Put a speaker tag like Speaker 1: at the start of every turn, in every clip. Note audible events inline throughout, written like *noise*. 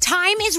Speaker 1: Time is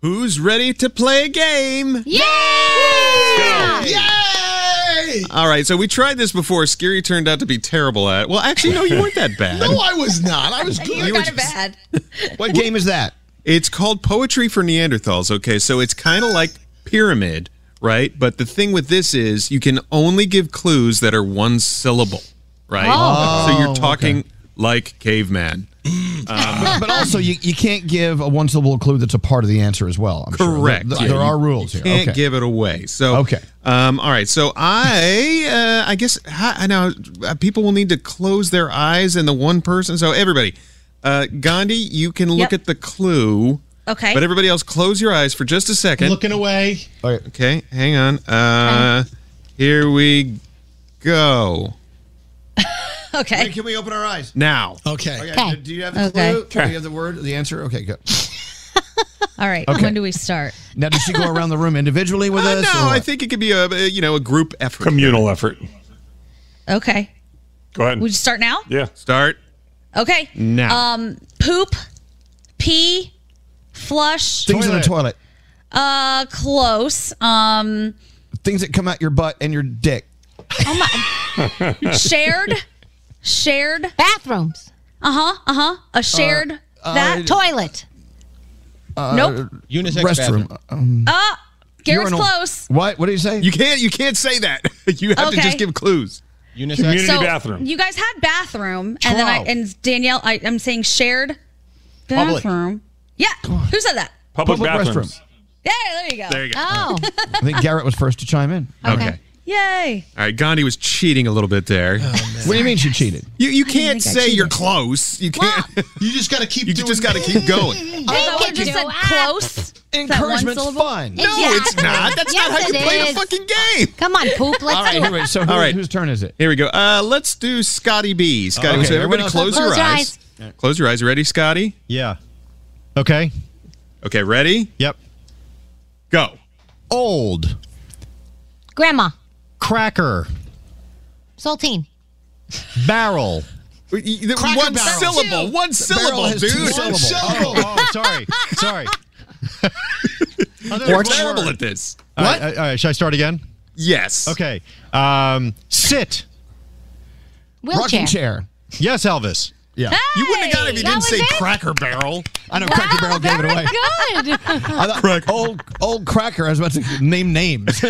Speaker 2: Who's ready to play a game?
Speaker 1: Yeah!
Speaker 3: Yay!
Speaker 2: All right, so we tried this before. Scary turned out to be terrible at. Well, actually, no, you weren't that bad.
Speaker 3: No, I was not. I was good.
Speaker 4: *laughs* You were kind of bad.
Speaker 3: What game is that?
Speaker 2: It's called Poetry for Neanderthals. Okay, so it's kind of like Pyramid, right? But the thing with this is you can only give clues that are one syllable, right?
Speaker 1: Oh.
Speaker 2: so you're talking like caveman.
Speaker 3: But, but also, you, you can't give a one syllable clue that's a part of the answer as well. I'm sure.
Speaker 2: Correct.
Speaker 3: There,
Speaker 2: Yeah,
Speaker 3: there
Speaker 2: you-
Speaker 3: are rules
Speaker 2: you
Speaker 3: here.
Speaker 2: Can't
Speaker 3: okay.
Speaker 2: give it away. So
Speaker 3: Okay.
Speaker 2: Um, all right. So I, uh, I guess hi- I know uh, people will need to close their eyes, and the one person. So everybody, uh, Gandhi, you can look
Speaker 4: Yep.
Speaker 2: at the clue.
Speaker 4: Okay.
Speaker 2: But everybody else, close your eyes for just a second.
Speaker 5: Looking away.
Speaker 2: Okay. Hang on. Uh, here we go.
Speaker 4: *laughs* Okay.
Speaker 3: Can we open our eyes?
Speaker 2: Now.
Speaker 5: Okay.
Speaker 1: Okay.
Speaker 3: Do- Do you have the
Speaker 4: Okay.
Speaker 3: clue? Do you have the word, the answer? Okay, good.
Speaker 4: All right.
Speaker 3: Okay.
Speaker 4: When do we start?
Speaker 3: Now, does she go around the room individually with
Speaker 2: Uh,
Speaker 3: us? or
Speaker 2: no, I
Speaker 3: what?
Speaker 2: think it could be a a, you know a group effort.
Speaker 6: Communal effort.
Speaker 4: Okay.
Speaker 6: Go ahead.
Speaker 4: We just start now?
Speaker 6: yeah.
Speaker 2: Start
Speaker 4: Okay.
Speaker 2: now.
Speaker 4: Um, poop, pee, flush.
Speaker 3: things in the toilet,
Speaker 4: Uh, close.
Speaker 6: *laughs*
Speaker 4: Um,
Speaker 3: things that come out your butt and your dick.
Speaker 4: shared, shared.
Speaker 1: Bathrooms.
Speaker 4: Uh huh. Uh huh. A shared.
Speaker 3: uh,
Speaker 4: that.
Speaker 1: Toilet.
Speaker 4: nope.
Speaker 5: Unisex
Speaker 3: restroom.
Speaker 5: bathroom.
Speaker 4: Gary's
Speaker 3: urinal.
Speaker 4: close.
Speaker 3: What? What did you say?
Speaker 2: you can't you can't say that. *laughs* you have to
Speaker 4: Okay.
Speaker 2: just give clues.
Speaker 5: Unisex.
Speaker 6: Community bathroom.
Speaker 4: You guys had bathroom, and then I
Speaker 3: Trough.
Speaker 4: and Danielle. I, I'm saying shared
Speaker 3: Public.
Speaker 4: bathroom. Yeah. Who said that?
Speaker 5: Public,
Speaker 3: Public
Speaker 5: bathrooms.
Speaker 3: restroom.
Speaker 4: Yeah, there you go.
Speaker 2: There you go.
Speaker 1: Oh,
Speaker 3: I think Garrett was first to chime in.
Speaker 2: Okay.
Speaker 4: Yay.
Speaker 2: All right. Gandhi was cheating a little bit there.
Speaker 3: What do you mean she cheated?
Speaker 2: *laughs* you you can't
Speaker 4: think I
Speaker 2: say
Speaker 4: cheated.
Speaker 2: you're close. You can't. *laughs*
Speaker 6: You just got to keep.
Speaker 2: you
Speaker 6: doing
Speaker 2: just got to keep
Speaker 4: *laughs*
Speaker 2: going.
Speaker 4: If I would have just
Speaker 1: do
Speaker 4: said
Speaker 1: it.
Speaker 4: close. Is that one
Speaker 3: Encouragement's
Speaker 4: syllable?
Speaker 3: fun.
Speaker 2: No, it's not. That's not how
Speaker 1: Yes,
Speaker 2: you
Speaker 1: it
Speaker 2: play
Speaker 1: is.
Speaker 2: the fucking game.
Speaker 1: come on, poop.
Speaker 3: *laughs*
Speaker 1: Let's
Speaker 3: All right,
Speaker 1: do it.
Speaker 3: anyway, so who,
Speaker 2: All right.
Speaker 3: whose turn is it?
Speaker 2: Here we go. Uh, let's do Scotty B. Scotty,
Speaker 3: Okay,
Speaker 2: so everybody
Speaker 3: everyone
Speaker 2: close,
Speaker 3: else-
Speaker 2: your,
Speaker 1: Close your
Speaker 2: eyes. Close your eyes. You Ready, Scotty?
Speaker 6: Yeah. Okay.
Speaker 2: Okay, ready?
Speaker 6: Yep.
Speaker 2: Go.
Speaker 6: Old
Speaker 1: Grandma,
Speaker 6: cracker
Speaker 1: saltine.
Speaker 6: barrel.
Speaker 2: one
Speaker 6: Barrel.
Speaker 2: syllable. One syllable,
Speaker 3: has
Speaker 2: dude.
Speaker 3: two syllables.
Speaker 6: Oh, oh, sorry, sorry. *laughs* Oh, there's
Speaker 2: We're
Speaker 6: one
Speaker 2: terrible
Speaker 6: word.
Speaker 2: at this. uh,
Speaker 6: All right, uh, all right, should I start again?
Speaker 2: Yes.
Speaker 6: Okay. Um, sit.
Speaker 1: Wheelchair.
Speaker 3: Rocking chair.
Speaker 6: Yes, Elvis.
Speaker 3: Yeah.
Speaker 2: You wouldn't have got it if you didn't
Speaker 1: Hey, that
Speaker 2: say
Speaker 1: was it?
Speaker 2: Cracker Barrel.
Speaker 3: I know Cracker Barrel gave it away.
Speaker 1: Good.
Speaker 3: *laughs* I thought, Old old cracker. I was about to name names.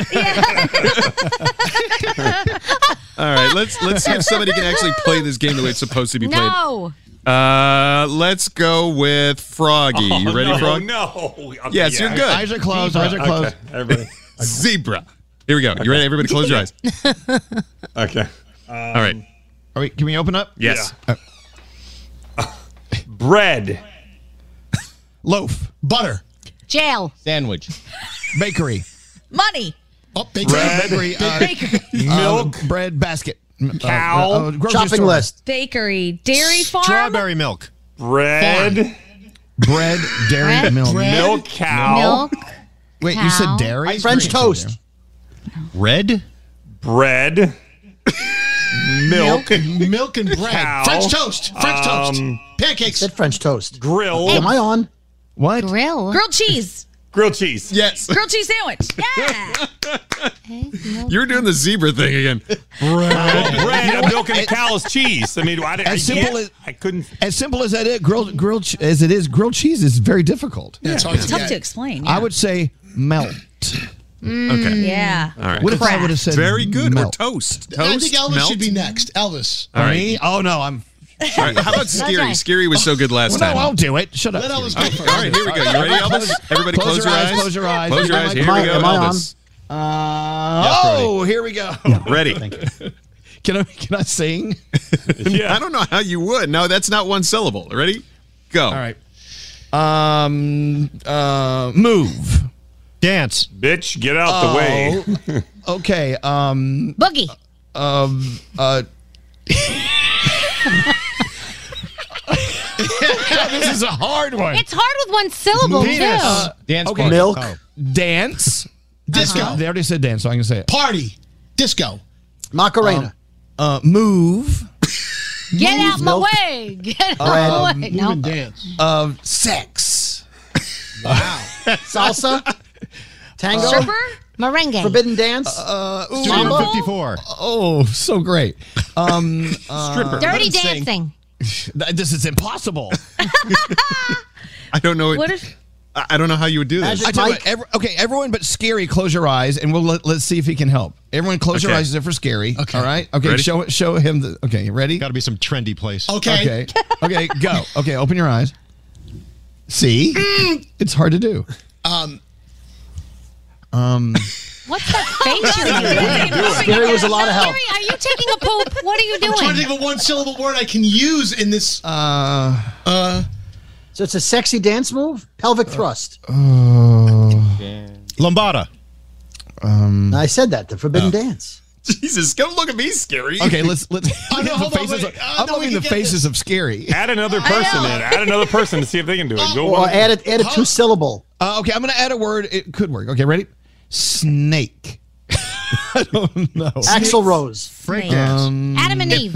Speaker 2: All right, let's let's see if somebody can actually play this game the way it's supposed to be played.
Speaker 1: No.
Speaker 2: Uh, let's go with Froggy. You ready,
Speaker 5: Oh, no,
Speaker 2: Frog?
Speaker 5: No.
Speaker 2: Yes, you're good.
Speaker 3: *laughs* Eyes are closed. Eyes are closed.
Speaker 5: Okay, everybody.
Speaker 2: Zebra. Here we go. You ready? Everybody, close
Speaker 5: *laughs*
Speaker 2: your eyes.
Speaker 5: Okay.
Speaker 2: All right.
Speaker 3: All right, can we open up?
Speaker 2: Yes.
Speaker 5: Bread.
Speaker 3: Loaf.
Speaker 6: Butter.
Speaker 1: Jail.
Speaker 6: Sandwich.
Speaker 3: Bakery.
Speaker 4: Money.
Speaker 6: Oh, big
Speaker 5: Bread.
Speaker 6: bakery. Uh, Um,
Speaker 5: Milk.
Speaker 3: Uh, bread basket.
Speaker 5: Cow.
Speaker 3: grocery
Speaker 7: Shopping
Speaker 3: store.
Speaker 7: list.
Speaker 4: *laughs* Bakery. Dairy farm.
Speaker 6: strawberry milk.
Speaker 5: bread.
Speaker 3: Bread, dairy,
Speaker 1: Bread.
Speaker 3: milk.
Speaker 5: Milk. Cow.
Speaker 1: Milk.
Speaker 3: Wait, you
Speaker 1: Cow.
Speaker 3: said dairy?
Speaker 7: French
Speaker 3: Grapes in
Speaker 7: toast.
Speaker 3: there.
Speaker 6: Red.
Speaker 5: Bread. milk.
Speaker 6: Milk and bread.
Speaker 5: Cow. Uh,
Speaker 6: French toast. French toast. Pancakes.
Speaker 7: Said French toast.
Speaker 5: Grill.
Speaker 7: Am I on?
Speaker 3: What?
Speaker 1: Grill.
Speaker 4: Grilled cheese.
Speaker 5: Grilled cheese.
Speaker 2: Yes.
Speaker 4: Grilled cheese sandwich. Yeah.
Speaker 2: You're doing the zebra thing again.
Speaker 5: Bread, a milk, and a cow is cheese. I mean, I, I,
Speaker 3: As simple
Speaker 5: yeah,
Speaker 3: as-
Speaker 5: I couldn't.
Speaker 3: As simple as that is, grilled, grilled ch- as it is, grilled cheese is very difficult.
Speaker 6: It's hard
Speaker 4: It's
Speaker 6: to
Speaker 4: tough
Speaker 6: get.
Speaker 4: to explain.
Speaker 3: I would say melt.
Speaker 2: Okay.
Speaker 4: Yeah.
Speaker 3: What if I would have said
Speaker 2: Very good. Or
Speaker 3: Melt?
Speaker 2: toast. Toast.
Speaker 6: I think Elvis
Speaker 2: melt.
Speaker 6: should be next. Elvis.
Speaker 3: For
Speaker 2: All right.
Speaker 3: me? Oh no, I'm.
Speaker 2: All right, How about Scary?
Speaker 1: right.
Speaker 2: Scary was so good last
Speaker 3: Well, no,
Speaker 2: time.
Speaker 3: I'll do it. Shut up.
Speaker 6: Let Elvis
Speaker 3: Fury.
Speaker 6: go first.
Speaker 2: Oh, All right, here we go. You ready, Elvis? Everybody,
Speaker 3: Close
Speaker 2: close,
Speaker 3: your
Speaker 2: your
Speaker 3: eyes,
Speaker 2: eyes.
Speaker 3: close your eyes.
Speaker 2: Close your eyes. Here
Speaker 7: Am I-
Speaker 2: we go,
Speaker 7: am I on?
Speaker 2: Elvis.
Speaker 3: Oh, here we go.
Speaker 2: Ready?
Speaker 3: *laughs*
Speaker 6: *laughs*
Speaker 3: Can I can I sing?
Speaker 5: Yeah.
Speaker 2: I don't know how you would. No, that's not one syllable. Ready? Go.
Speaker 3: All right. Um. Uh. Move.
Speaker 6: Dance.
Speaker 5: Bitch, get out the way.
Speaker 3: Oh, Okay. Um.
Speaker 1: Boogie.
Speaker 3: Um. Uh. *laughs* this is a hard one.
Speaker 1: It's hard with one syllable too.
Speaker 3: Dance. Uh, Okay.
Speaker 7: Milk.
Speaker 3: Dance.
Speaker 6: Disco.
Speaker 3: They already said dance, so I can say it.
Speaker 6: Party. Disco.
Speaker 7: Macarena.
Speaker 3: Uh. Move.
Speaker 1: Get out my way. Get out my way. No.
Speaker 6: Dance.
Speaker 3: Of sex.
Speaker 7: Salsa. Tango.
Speaker 4: Stripper.
Speaker 1: Merengue.
Speaker 7: Forbidden dance.
Speaker 6: Studio 54.
Speaker 3: Oh, so great. Um.
Speaker 5: Stripper.
Speaker 3: let
Speaker 1: Dirty
Speaker 3: 'em sing.
Speaker 1: dancing.
Speaker 3: th- this is impossible.
Speaker 2: I don't know.
Speaker 4: What if?
Speaker 2: I I don't know how you would do this.
Speaker 7: Magic
Speaker 3: I tell you
Speaker 7: Mike.
Speaker 3: what, every, okay, everyone but Scary, close your eyes, and we'll let, let's see if he can help. Everyone, close your
Speaker 2: Okay.
Speaker 3: eyes except for Scary. Okay. All right. Okay.
Speaker 2: Ready?
Speaker 3: Show show him the. Okay. You ready?
Speaker 6: Got to be some trendy place.
Speaker 3: Okay. okay.
Speaker 7: *laughs*
Speaker 3: Go. Okay. Open your eyes. See,
Speaker 2: Mm.
Speaker 3: it's hard to do.
Speaker 1: What's that face you're doing?
Speaker 7: Scary was a lot of help.
Speaker 1: Gary, are you taking a poop? What are you doing?
Speaker 6: I'm trying to think of a one syllable word I can use in this. uh,
Speaker 7: So it's a sexy dance move. Pelvic thrust.
Speaker 6: Lombada.
Speaker 3: Uh,
Speaker 7: I said that. The forbidden dance.
Speaker 2: Jesus, don't look at me, Scary.
Speaker 3: Okay. oh.
Speaker 7: *laughs*
Speaker 3: Let's let's. *laughs*
Speaker 6: Oh, no,
Speaker 3: the
Speaker 6: hold on,
Speaker 3: faces
Speaker 6: wait.
Speaker 3: of-
Speaker 6: Uh,
Speaker 3: I'm
Speaker 6: no, we
Speaker 3: loving
Speaker 6: can
Speaker 3: the
Speaker 6: get
Speaker 3: faces
Speaker 6: this.
Speaker 3: of Scary.
Speaker 5: Add another person
Speaker 4: know.
Speaker 5: in. Add another person to see if they can do
Speaker 6: Oh,
Speaker 5: it. Go
Speaker 7: Or
Speaker 5: one.
Speaker 7: add a, add a two syllable.
Speaker 3: Uh, okay. I'm gonna add a word. It could work. Okay. Ready? Snake. I don't know.
Speaker 7: Axel Rose.
Speaker 4: Snake.
Speaker 1: Adam and Eve.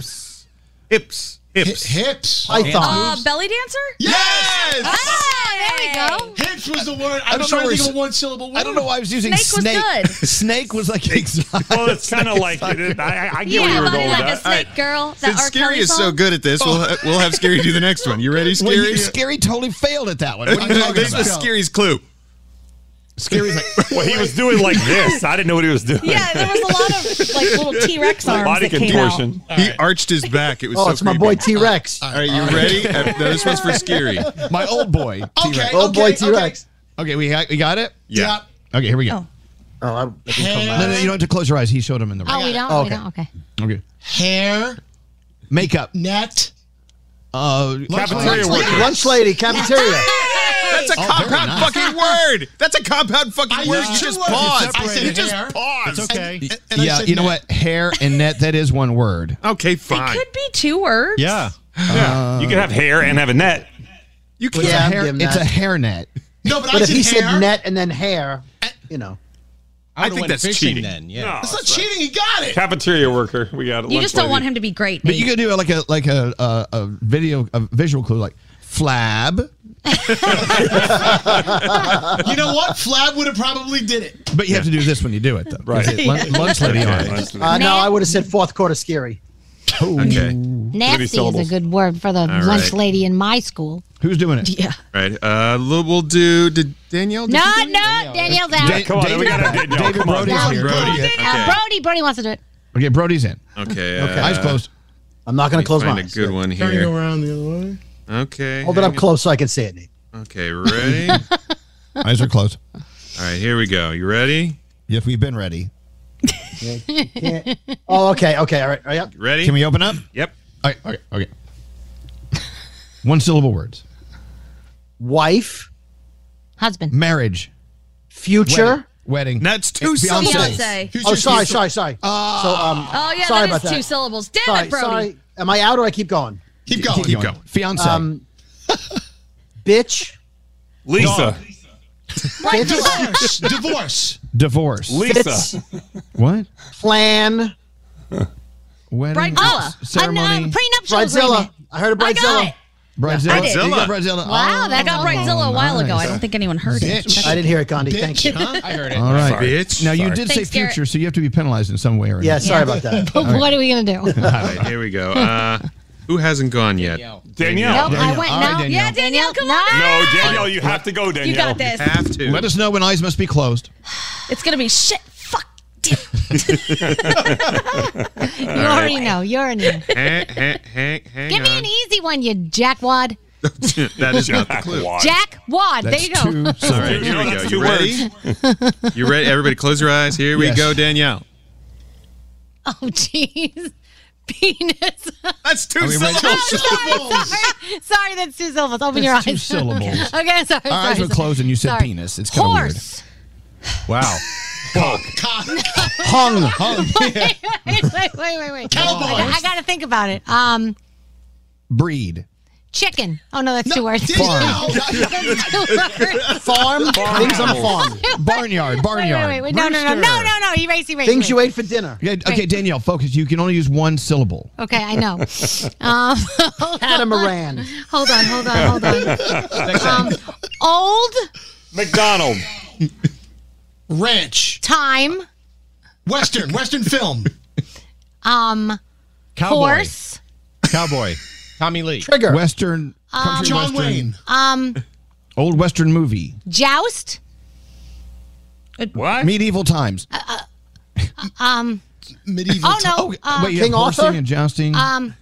Speaker 2: Hips. Hips.
Speaker 6: Hips.
Speaker 7: Python.
Speaker 4: Uh, belly dancer.
Speaker 2: Yes.
Speaker 4: Ah, there we go.
Speaker 6: Hips was the word. I,
Speaker 3: don't
Speaker 6: was
Speaker 3: know
Speaker 6: trying to
Speaker 3: where
Speaker 6: think of
Speaker 3: s-
Speaker 6: a one syllable word.
Speaker 3: I don't know why I was using
Speaker 4: Snake was
Speaker 3: snake. *laughs*
Speaker 4: good.
Speaker 3: Snake was like exotic.
Speaker 5: Well, Oh, it's kind of like it, I, I get where
Speaker 4: Yeah,
Speaker 5: you were
Speaker 4: body
Speaker 5: going
Speaker 4: like a
Speaker 5: with that.
Speaker 4: snake girl. That
Speaker 2: Since
Speaker 4: R.
Speaker 2: Scary
Speaker 4: Kelly
Speaker 2: is so
Speaker 4: song?
Speaker 2: good at this, we'll
Speaker 6: Oh.
Speaker 2: ha- we'll have Scary do the
Speaker 6: *laughs*
Speaker 2: next one. You ready,
Speaker 3: Well, you-
Speaker 2: Scary? *laughs*
Speaker 3: Scary totally failed at that one. What are you talking
Speaker 2: this was
Speaker 3: about?
Speaker 2: Scary's clue.
Speaker 3: Scary's like,
Speaker 5: Well, he was doing like this. I didn't know what he was doing.
Speaker 4: Yeah, there was a lot of like little
Speaker 2: *laughs*
Speaker 4: T Rex arms
Speaker 5: Body
Speaker 4: that came out.
Speaker 5: contortion.
Speaker 2: He arched his back. It was
Speaker 8: Oh,
Speaker 2: so
Speaker 8: it's my
Speaker 2: creepy.
Speaker 8: boy T Rex.
Speaker 2: All right, you ready? Uh, This one's
Speaker 6: *laughs*
Speaker 2: for Scary.
Speaker 3: my old boy.
Speaker 6: Oh.
Speaker 8: Okay, Old boy T Rex.
Speaker 3: Okay, we got, we got it?
Speaker 2: Yeah.
Speaker 3: Okay, here we go.
Speaker 8: Oh, I, I think
Speaker 3: No, no, you don't have to close your eyes. He showed him in the
Speaker 1: Oh, we don't.
Speaker 8: Oh,
Speaker 1: We
Speaker 8: okay.
Speaker 1: don't. Okay.
Speaker 3: Okay.
Speaker 6: Hair
Speaker 3: Makeup.
Speaker 6: net.
Speaker 3: Uh,
Speaker 5: Cafeteria
Speaker 8: lunch,
Speaker 5: worker.
Speaker 8: lunch lady, cafeteria.
Speaker 2: That's a
Speaker 3: Oh, very
Speaker 2: compound
Speaker 3: nice.
Speaker 2: fucking word. That's a compound fucking
Speaker 6: I
Speaker 2: word.
Speaker 6: know.
Speaker 2: You just
Speaker 6: I said
Speaker 2: paused.
Speaker 6: I said
Speaker 2: You just
Speaker 6: hair.
Speaker 2: paused.
Speaker 6: It's okay. And- and I
Speaker 3: yeah,
Speaker 6: said
Speaker 3: you know
Speaker 6: net.
Speaker 3: what? Hair and net, that is one
Speaker 8: *laughs*
Speaker 3: word.
Speaker 2: Okay,
Speaker 4: It
Speaker 2: fine.
Speaker 4: could be two words.
Speaker 6: Yeah.
Speaker 5: Yeah. You could have hair and have a net.
Speaker 2: You
Speaker 8: Yeah,
Speaker 2: can't.
Speaker 8: I'm
Speaker 3: Hair,
Speaker 8: giving
Speaker 3: it's a
Speaker 8: that.
Speaker 3: hair net.
Speaker 6: No, but,
Speaker 8: But
Speaker 6: I
Speaker 8: if
Speaker 6: said
Speaker 8: he
Speaker 6: hair.
Speaker 8: said net and then hair, you know.
Speaker 2: I think that's cheating.
Speaker 5: No,
Speaker 6: It's not cheating. He got it.
Speaker 5: Cafeteria worker. We got.
Speaker 4: You just don't want him to be great.
Speaker 3: But
Speaker 4: Nate.
Speaker 3: you could do like a like a a, a video a visual clue like flab.
Speaker 6: You know what?
Speaker 4: *laughs*
Speaker 6: Flab would have probably did it.
Speaker 3: But you have to do this when you do it though. Right.
Speaker 6: *laughs*
Speaker 3: Lunch, lunch lady on it.
Speaker 8: Uh, no, I would have said fourth quarter scary.
Speaker 2: Okay.
Speaker 1: Nasty is a
Speaker 5: syllables.
Speaker 1: good word for the lunch
Speaker 2: right.
Speaker 1: lady in my school.
Speaker 3: Who's doing it?
Speaker 4: yeah.
Speaker 2: Right. Uh, we'll we'll do. Did Danielle? Did
Speaker 1: No,
Speaker 2: you do it?
Speaker 1: no, Danielle's out.
Speaker 3: Dan-
Speaker 5: Come on, we gotta
Speaker 3: David-
Speaker 5: get y'all.
Speaker 3: David
Speaker 5: Come on.
Speaker 3: Brody's
Speaker 1: Out.
Speaker 3: here. uh,
Speaker 1: Brody,
Speaker 2: Brody.
Speaker 1: uh,
Speaker 2: Okay.
Speaker 1: Brody, Brody wants to do it.
Speaker 3: Okay, Brody's in.
Speaker 2: Okay. Uh,
Speaker 3: Eyes closed.
Speaker 8: I'm not going to close my
Speaker 2: Find a
Speaker 8: eyes.
Speaker 2: good one
Speaker 6: Turning
Speaker 2: here.
Speaker 6: around the other way.
Speaker 2: Okay.
Speaker 8: Hold it up close so I can see it, Nate.
Speaker 2: Okay. *laughs* Ready. All
Speaker 3: Eyes are closed.
Speaker 2: right. Here we go. You ready?
Speaker 3: If we've been ready.
Speaker 8: Oh, okay, okay, all right. all right.
Speaker 2: Ready?
Speaker 3: Can we open up?
Speaker 2: Yep.
Speaker 3: Okay, okay, okay. *laughs* One syllable words.
Speaker 8: Wife,
Speaker 1: Husband.
Speaker 3: Marriage.
Speaker 8: future.
Speaker 3: Wedding.
Speaker 2: That's two
Speaker 3: Beyonce.
Speaker 2: syllables.
Speaker 4: Beyonce.
Speaker 8: Oh, sorry, sorry, sorry. so, um,
Speaker 4: Oh yeah,
Speaker 8: Sorry
Speaker 4: that
Speaker 8: about
Speaker 4: is two
Speaker 8: that.
Speaker 4: syllables. Damn
Speaker 8: sorry,
Speaker 4: it, Brody.
Speaker 8: sorry. Am I out or I keep going?
Speaker 6: Keep going.
Speaker 3: Keep going. Fiance.
Speaker 8: Um, bitch,
Speaker 5: Lisa.
Speaker 4: Right to left.
Speaker 6: Divorce.
Speaker 4: *laughs*
Speaker 6: Divorce.
Speaker 3: Divorce.
Speaker 8: fits,
Speaker 5: Lisa.
Speaker 3: what?
Speaker 8: plan,
Speaker 3: Wedding.
Speaker 4: Bridezilla.
Speaker 3: c- Ceremony.
Speaker 1: Um, prenuptial
Speaker 8: bridezilla.
Speaker 1: agreement.
Speaker 8: I heard of
Speaker 4: I got
Speaker 8: bridezilla.
Speaker 4: it.
Speaker 3: Bridezilla.
Speaker 4: I did.
Speaker 3: You got Bridezilla.
Speaker 1: Wow,
Speaker 3: Oh,
Speaker 1: that
Speaker 4: I got Bridezilla a while ago. I don't think anyone heard it.
Speaker 8: I didn't hear it, Gandhi. Thank you.
Speaker 6: Bitch, huh? I heard it.
Speaker 3: All right.
Speaker 2: Sorry. Bitch.
Speaker 3: Now, you
Speaker 2: Sorry.
Speaker 3: did
Speaker 4: Thanks,
Speaker 3: say future,
Speaker 4: Garrett.
Speaker 3: so you have to be penalized in some way or another.
Speaker 8: Yeah, sorry about that.
Speaker 1: But what are we gonna do? nope,
Speaker 2: All right. Here we go. Uh, who hasn't gone yet?
Speaker 5: Danielle.
Speaker 1: I
Speaker 3: Danielle.
Speaker 1: went.
Speaker 3: All
Speaker 1: no,
Speaker 3: right, Danielle.
Speaker 4: Yeah, Danielle, come
Speaker 1: No.
Speaker 4: on.
Speaker 5: No, Danielle, you have to go, Danielle.
Speaker 4: You got this.
Speaker 2: Have to.
Speaker 3: Let us know when eyes must be closed.
Speaker 4: It's gonna be shit. Fuck. Damn.
Speaker 1: you already know. You already know.
Speaker 2: hang, hang, hang, hang
Speaker 1: Give me
Speaker 2: on.
Speaker 1: an e- easy one, you jackwad.
Speaker 2: that is not the clue.
Speaker 5: Why?
Speaker 1: Jackwad. There you go.
Speaker 3: Two syllables.
Speaker 2: All right, here we
Speaker 5: No,
Speaker 2: go.
Speaker 5: that's
Speaker 2: You
Speaker 5: two
Speaker 2: ready? you ready? Everybody, close your eyes. Here we
Speaker 3: Yes.
Speaker 2: go, Danielle.
Speaker 1: *laughs* Oh, jeez. *laughs* Penis. *laughs*
Speaker 2: That's two
Speaker 3: we ready?
Speaker 2: syllables.
Speaker 1: sorry, that's two syllables. Open your
Speaker 3: It's
Speaker 1: eyes.
Speaker 4: *laughs*
Speaker 3: two syllables.
Speaker 1: *laughs* okay, sorry.
Speaker 3: Our eyes
Speaker 1: sorry,
Speaker 3: were
Speaker 1: sorry.
Speaker 3: closed and you said
Speaker 1: Sorry.
Speaker 3: penis. It's kinda weird.
Speaker 1: Horse.
Speaker 3: Wow.
Speaker 8: Hung.
Speaker 1: wait, wait, wait, wait, wait.
Speaker 6: Cowboys.
Speaker 1: I, got to think about it. Um,
Speaker 3: Breed.
Speaker 1: chicken. Oh no, that's two words.
Speaker 6: Danielle.
Speaker 1: That's two *laughs* words.
Speaker 8: Farm. Things on a farm.
Speaker 3: Barnyard.
Speaker 1: Wait, wait,
Speaker 3: Barnyard.
Speaker 1: wait, wait. No, no, no, no,
Speaker 3: Rooster.
Speaker 1: no, no. Erase, erase.
Speaker 8: Things you
Speaker 1: erase.
Speaker 8: ate for dinner.
Speaker 3: Okay, okay, Danielle, focus. You can only use one syllable.
Speaker 1: Okay, I know. Um, hold on,
Speaker 8: Catamaran.
Speaker 1: hold on, hold on, hold on. Um, old
Speaker 5: McDonald.
Speaker 6: Ranch.
Speaker 1: time.
Speaker 6: Western. Western film.
Speaker 1: Um, horse.
Speaker 3: Cowboy.
Speaker 6: Tommy Lee.
Speaker 8: Trigger.
Speaker 3: Western.
Speaker 1: Uh,
Speaker 3: country
Speaker 6: John
Speaker 3: western.
Speaker 6: Wayne.
Speaker 1: Um,
Speaker 3: Old Western movie.
Speaker 1: joust.
Speaker 5: What?
Speaker 3: Medieval times.
Speaker 1: Uh,
Speaker 6: Medieval.
Speaker 1: Oh no. Uh,
Speaker 3: Wait, you
Speaker 8: King
Speaker 3: have horsing
Speaker 8: Arthur?
Speaker 3: and jousting.
Speaker 1: um,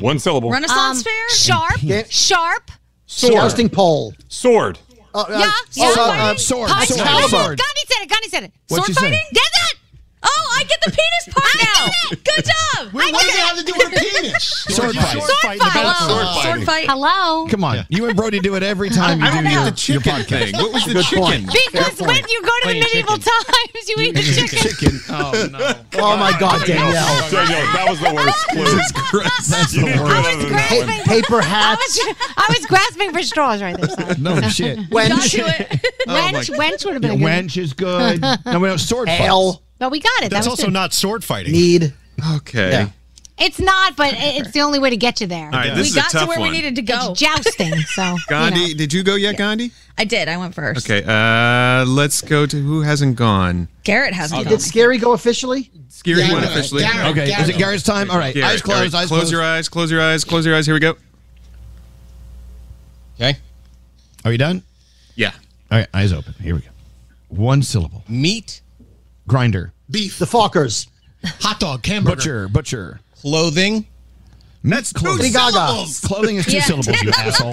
Speaker 5: One syllable.
Speaker 1: um,
Speaker 4: Renaissance fair.
Speaker 1: sharp.
Speaker 8: Yeah.
Speaker 1: Sharp.
Speaker 5: Sword.
Speaker 8: Jousting pole.
Speaker 5: Sword.
Speaker 8: Oh,
Speaker 1: Yeah. sword
Speaker 8: uh,
Speaker 1: fighting.
Speaker 3: sword,
Speaker 6: Oh,
Speaker 1: Punch-
Speaker 3: sword,
Speaker 1: Gandhi-
Speaker 3: sword.
Speaker 1: Gandhi said it. Gandhi said it.
Speaker 3: What'd
Speaker 1: sword
Speaker 3: she say?
Speaker 1: fighting. That's it.
Speaker 4: Oh, I get the penis part now. Good job.
Speaker 6: Wait, what does it have to do with a penis?
Speaker 3: Sword fight.
Speaker 6: Sword fight. in the
Speaker 4: Hello.
Speaker 6: bathroom.
Speaker 4: Sword, fight.
Speaker 1: Hello.
Speaker 3: Come on. You and Brody do it every time you
Speaker 2: I don't
Speaker 3: do
Speaker 2: get
Speaker 3: your,
Speaker 2: the
Speaker 3: your
Speaker 2: chicken
Speaker 3: podcast.
Speaker 2: thing. What was the chicken? *laughs*
Speaker 1: Because when you go to the medieval times, you eat the chicken. *laughs*
Speaker 3: Chicken. Oh, no.
Speaker 8: *laughs* Oh my
Speaker 3: *laughs*
Speaker 8: God, Danielle.
Speaker 5: Danielle, that was the worst clue.
Speaker 2: Jesus Christ.
Speaker 3: That's the worst.
Speaker 5: That
Speaker 3: *laughs*
Speaker 8: Pa- paper
Speaker 1: I
Speaker 8: hats.
Speaker 1: was, I was grasping for straws right there. Sorry.
Speaker 3: No shit.
Speaker 8: *laughs*
Speaker 4: Got
Speaker 8: Wench.
Speaker 4: to it.
Speaker 1: Wench, wench would have been
Speaker 3: Yeah,
Speaker 1: a good one.
Speaker 3: wench is
Speaker 8: *laughs*
Speaker 3: good. No, we don't. Sword fight.
Speaker 8: Ale.
Speaker 1: But we got it.
Speaker 6: That's
Speaker 1: that was
Speaker 6: also
Speaker 1: good.
Speaker 6: not sword fighting.
Speaker 8: Need.
Speaker 2: Okay.
Speaker 8: Yeah.
Speaker 1: It's not, but it- it's the only way to get you there.
Speaker 2: All right, this
Speaker 4: We
Speaker 2: is a
Speaker 4: got to
Speaker 2: tough
Speaker 4: where
Speaker 2: one.
Speaker 4: we needed to go.
Speaker 1: Jousting. So
Speaker 2: Gandhi,
Speaker 1: You know.
Speaker 2: did you go yet, Gandhi?
Speaker 4: I did. I went first.
Speaker 2: Okay, uh, let's go to who hasn't gone.
Speaker 4: Garrett has not
Speaker 8: Did
Speaker 4: *laughs*
Speaker 8: Scary go officially?
Speaker 2: Scary
Speaker 6: Yeah,
Speaker 2: one
Speaker 6: yeah,
Speaker 2: officially.
Speaker 6: yeah.
Speaker 3: Okay, is it Gary's time? All right,
Speaker 2: Garrett,
Speaker 3: eyes closed,
Speaker 2: all right,
Speaker 3: eyes
Speaker 2: close
Speaker 3: closed.
Speaker 2: your eyes. Close your eyes. Close your eyes. Here we go.
Speaker 3: Are you done?
Speaker 2: Yeah.
Speaker 3: All right, eyes open. Here we go. One syllable.
Speaker 9: Meat.
Speaker 3: Grinder.
Speaker 9: Beef.
Speaker 8: The Fockers.
Speaker 9: Hot dog. Hamburger.
Speaker 3: Butcher. Butcher.
Speaker 9: Clothing.
Speaker 3: That's clothing.
Speaker 9: Two syllables.
Speaker 3: Clothing is two
Speaker 9: Yeah.
Speaker 3: syllables, *laughs* you asshole.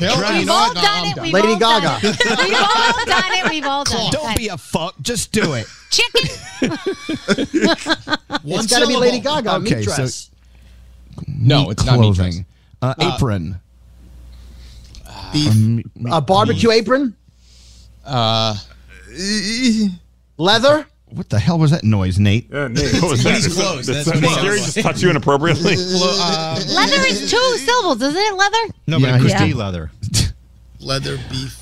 Speaker 9: Right.
Speaker 1: We've all done it. We've
Speaker 3: Lady
Speaker 1: all done
Speaker 3: Gaga.
Speaker 1: it. We've all done it. We've all done it.
Speaker 3: Don't be a fuck. Just do it.
Speaker 1: chicken.
Speaker 8: it's got to be
Speaker 9: syllable.
Speaker 8: Lady Gaga.
Speaker 3: Okay,
Speaker 8: meat
Speaker 3: so-
Speaker 8: dress.
Speaker 9: No, it's not meat
Speaker 3: clothing. Uh,
Speaker 9: Uh,
Speaker 3: apron.
Speaker 9: Beef.
Speaker 8: a barbecue apron.
Speaker 9: Uh,
Speaker 8: Leather.
Speaker 3: What the hell was that noise, Nate?
Speaker 5: What was that?
Speaker 9: He's
Speaker 5: Is that-
Speaker 9: close.
Speaker 5: Did
Speaker 9: That's
Speaker 5: did
Speaker 9: close.
Speaker 5: Gary just touch you inappropriately?
Speaker 1: Leather is two syllables, isn't it? Leather.
Speaker 6: No,
Speaker 3: Yeah,
Speaker 6: but it could
Speaker 3: he's-
Speaker 6: be
Speaker 3: *laughs*
Speaker 6: leather.
Speaker 9: leather, beef,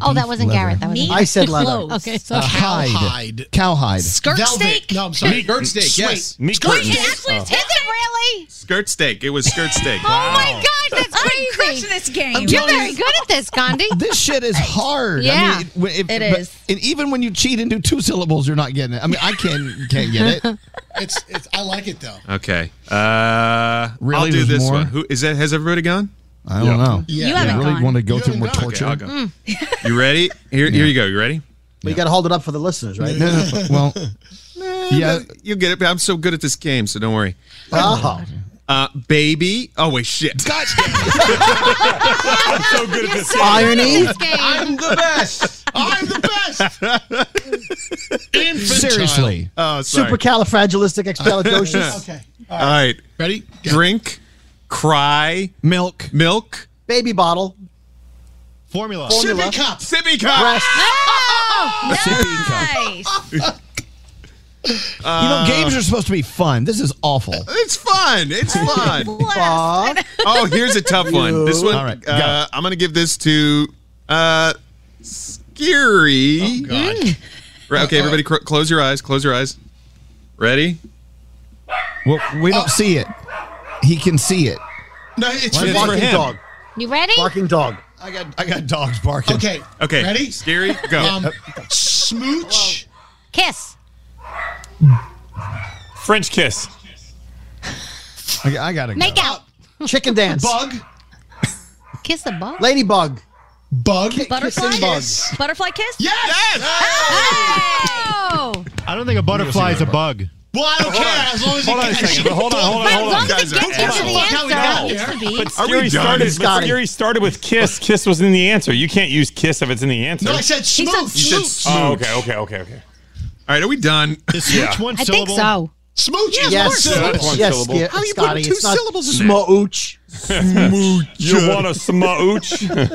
Speaker 1: Oh, that wasn't
Speaker 3: leather.
Speaker 1: Garrett. That was
Speaker 4: Meat.
Speaker 8: I said leather.
Speaker 4: Clothes.
Speaker 1: Okay, so
Speaker 3: Uh,
Speaker 9: Cowhide.
Speaker 3: Cowhide.
Speaker 4: Skirt
Speaker 9: velvet.
Speaker 4: steak.
Speaker 9: No, I'm sorry. Skirt steak. Yes.
Speaker 5: Meat
Speaker 4: Wait,
Speaker 5: curtain.
Speaker 4: it actually is
Speaker 1: *laughs* is it really?
Speaker 2: Skirt steak. It was skirt steak.
Speaker 1: *laughs* Oh my gosh, that's
Speaker 4: I'm
Speaker 1: crazy.
Speaker 4: crushing this game.
Speaker 1: You're very good at this, Gandhi.
Speaker 3: This shit is hard.
Speaker 1: Yeah.
Speaker 3: I mean, when- if,
Speaker 4: It
Speaker 3: but-
Speaker 4: is.
Speaker 3: And even when you cheat and do two syllables, you're not getting it. I mean, I can, can't get it.
Speaker 9: It's, it's. I like it though.
Speaker 2: Okay. Uh,
Speaker 3: Really?
Speaker 2: I'll do
Speaker 3: There's
Speaker 2: this
Speaker 3: more?
Speaker 2: one. Who is that? Has everybody gone?
Speaker 3: I don't know.
Speaker 9: Yeah.
Speaker 4: You
Speaker 9: I
Speaker 3: I
Speaker 4: haven't
Speaker 3: really
Speaker 4: gone.
Speaker 3: want to go through more
Speaker 9: haven't gone.
Speaker 2: Okay,
Speaker 3: torture.
Speaker 2: I'll go.
Speaker 1: Mm.
Speaker 2: You ready? Here, here you go. You ready?
Speaker 8: We got to hold it up for the listeners, right?
Speaker 3: No, no, no, well, *laughs*
Speaker 9: Uh,
Speaker 3: yeah. Ah,
Speaker 2: You'll Uh, get it. but I'm so good at this game, so don't worry.
Speaker 8: Oh.
Speaker 2: Uh, baby. Oh wait, shit. *laughs*
Speaker 5: I'm so good at this.
Speaker 8: Irony.
Speaker 1: This game.
Speaker 9: I'm the best. I'm the best. Infantile.
Speaker 3: Seriously.
Speaker 2: Oh, sorry. *laughs*
Speaker 3: *laughs*
Speaker 8: Supercalifragilisticexpialidocious.
Speaker 9: Okay.
Speaker 2: All right.
Speaker 9: Ready?
Speaker 2: Drink. Cry.
Speaker 3: Milk.
Speaker 2: Milk.
Speaker 8: Baby bottle.
Speaker 6: Formula.
Speaker 8: Formula.
Speaker 9: Sippy cup.
Speaker 2: Sippy cup.
Speaker 8: breast.
Speaker 4: Nice.
Speaker 3: you know, games are supposed to be fun. This is awful.
Speaker 2: *laughs* It's fun. It's fun.
Speaker 8: Aw.
Speaker 2: oh, here's a tough one. This one.
Speaker 3: All right, go.
Speaker 2: Uh, I'm gonna give this to uh, Scary.
Speaker 9: Oh, God.
Speaker 2: Right, okay, everybody, cr- close your eyes. Close your eyes. Ready?
Speaker 3: Well, we don't see it. He can see it.
Speaker 9: No, it's
Speaker 2: Why
Speaker 9: for
Speaker 2: is
Speaker 9: me.
Speaker 2: it-
Speaker 8: Barking
Speaker 2: him.
Speaker 8: dog.
Speaker 1: You ready?
Speaker 8: Barking dog.
Speaker 3: I got, I got dogs barking.
Speaker 9: Okay.
Speaker 2: Okay.
Speaker 9: Ready?
Speaker 2: Scary. Go.
Speaker 9: Um, smooch.
Speaker 1: Kiss.
Speaker 5: French kiss.
Speaker 3: I, I gotta go.
Speaker 1: Make out.
Speaker 8: Chicken dance.
Speaker 9: Bug.
Speaker 1: Kiss the bug.
Speaker 8: Ladybug.
Speaker 9: Bug.
Speaker 4: Butterfly
Speaker 8: Kissing
Speaker 4: kiss.
Speaker 8: bugs.
Speaker 4: Butterfly kiss.
Speaker 9: Yes.
Speaker 1: Oh.
Speaker 6: I don't think a butterfly is a bug.
Speaker 9: Well, I don't care as long as
Speaker 5: Hold on a
Speaker 9: it
Speaker 5: second. but Hold on. Hold on.
Speaker 1: But as
Speaker 5: Hold
Speaker 1: long
Speaker 5: on.
Speaker 2: guys are
Speaker 1: as it gets you to
Speaker 9: assholes. How we
Speaker 1: the
Speaker 9: got
Speaker 1: answer, it needs to be.
Speaker 5: But Scary
Speaker 2: done?
Speaker 5: started. But
Speaker 8: Scotty.
Speaker 5: Scary started with kiss. Kiss was in the answer. You can't use kiss if it's in the answer.
Speaker 9: No, I said
Speaker 1: He said
Speaker 9: smooch.
Speaker 2: You said
Speaker 1: smooch.
Speaker 2: smooch.
Speaker 5: Oh, okay. Okay. Okay. Okay.
Speaker 2: All right, are we done?
Speaker 6: Is smooch
Speaker 5: Yeah.
Speaker 6: one
Speaker 1: I think
Speaker 6: syllable?
Speaker 1: so.
Speaker 9: Smooch is
Speaker 8: Yes.
Speaker 9: one syllable.
Speaker 5: one
Speaker 8: yes.
Speaker 5: syllable.
Speaker 8: Sca-
Speaker 2: How you putting
Speaker 8: Scotty,
Speaker 2: two
Speaker 8: it's not
Speaker 2: syllables in there?
Speaker 8: smooch.
Speaker 5: You want a smooch?
Speaker 4: What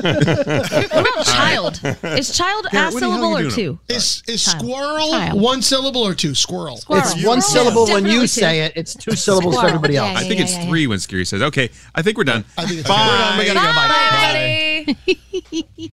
Speaker 4: about child? Is child
Speaker 2: Yeah,
Speaker 4: a
Speaker 2: what the hell
Speaker 4: syllable
Speaker 2: you
Speaker 4: or
Speaker 2: doing?
Speaker 4: two?
Speaker 9: Is, is
Speaker 4: Child.
Speaker 9: squirrel
Speaker 1: Child.
Speaker 9: one syllable or two? Squirrel.
Speaker 1: Squirrel.
Speaker 8: It's one
Speaker 1: Squirrel.
Speaker 8: syllable when
Speaker 4: Definitely
Speaker 8: you
Speaker 4: two.
Speaker 8: say it. It's two syllables for
Speaker 1: Squirrel.
Speaker 8: everybody
Speaker 1: Yeah,
Speaker 8: else.
Speaker 2: I think
Speaker 1: yeah,
Speaker 2: it's
Speaker 1: yeah, yeah.
Speaker 2: three when Scary says. Okay, I think we're done.
Speaker 9: I think it's-
Speaker 2: Bye.
Speaker 9: We're done. We gotta
Speaker 2: Bye.
Speaker 4: Bye.